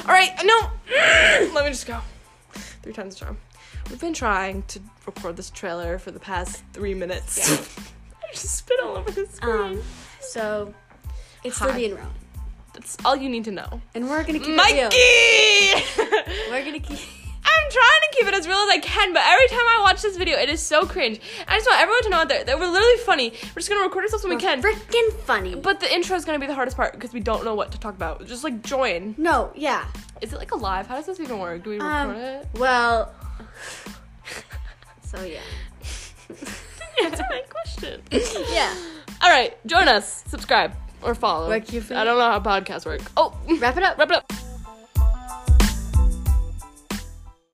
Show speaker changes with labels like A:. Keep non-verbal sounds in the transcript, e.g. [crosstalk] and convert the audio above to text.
A: All right, no. Let me just go. Three times the charm. We've been trying to record this trailer for the past three minutes. [laughs] I just spit all over the screen.
B: Um, so it's
A: Hi.
B: Libby and Rowan,
A: That's all you need to know.
B: and we're gonna keep it real.
A: Mikey! [laughs]
B: We're gonna keep.
A: I'm trying to keep it as real as I can, but every time I watch this video, it is so cringe. I just want everyone to know out there that we're literally funny. We're just gonna record ourselves when we can.
B: Freaking funny.
A: But the intro is gonna be the hardest part because we don't know what to talk about. Just like join.
B: no, yeah.
A: Is it like a live? How does this even work? Do we record
B: Um.
A: it?
B: [laughs]
A: [laughs]
B: Well. So yeah.
A: Answer my question.
B: Yeah.
A: All right, join us, subscribe, or follow.
B: Like you feel-
A: I don't know how podcasts work. Oh,
B: Wrap it up.
A: wrap it up.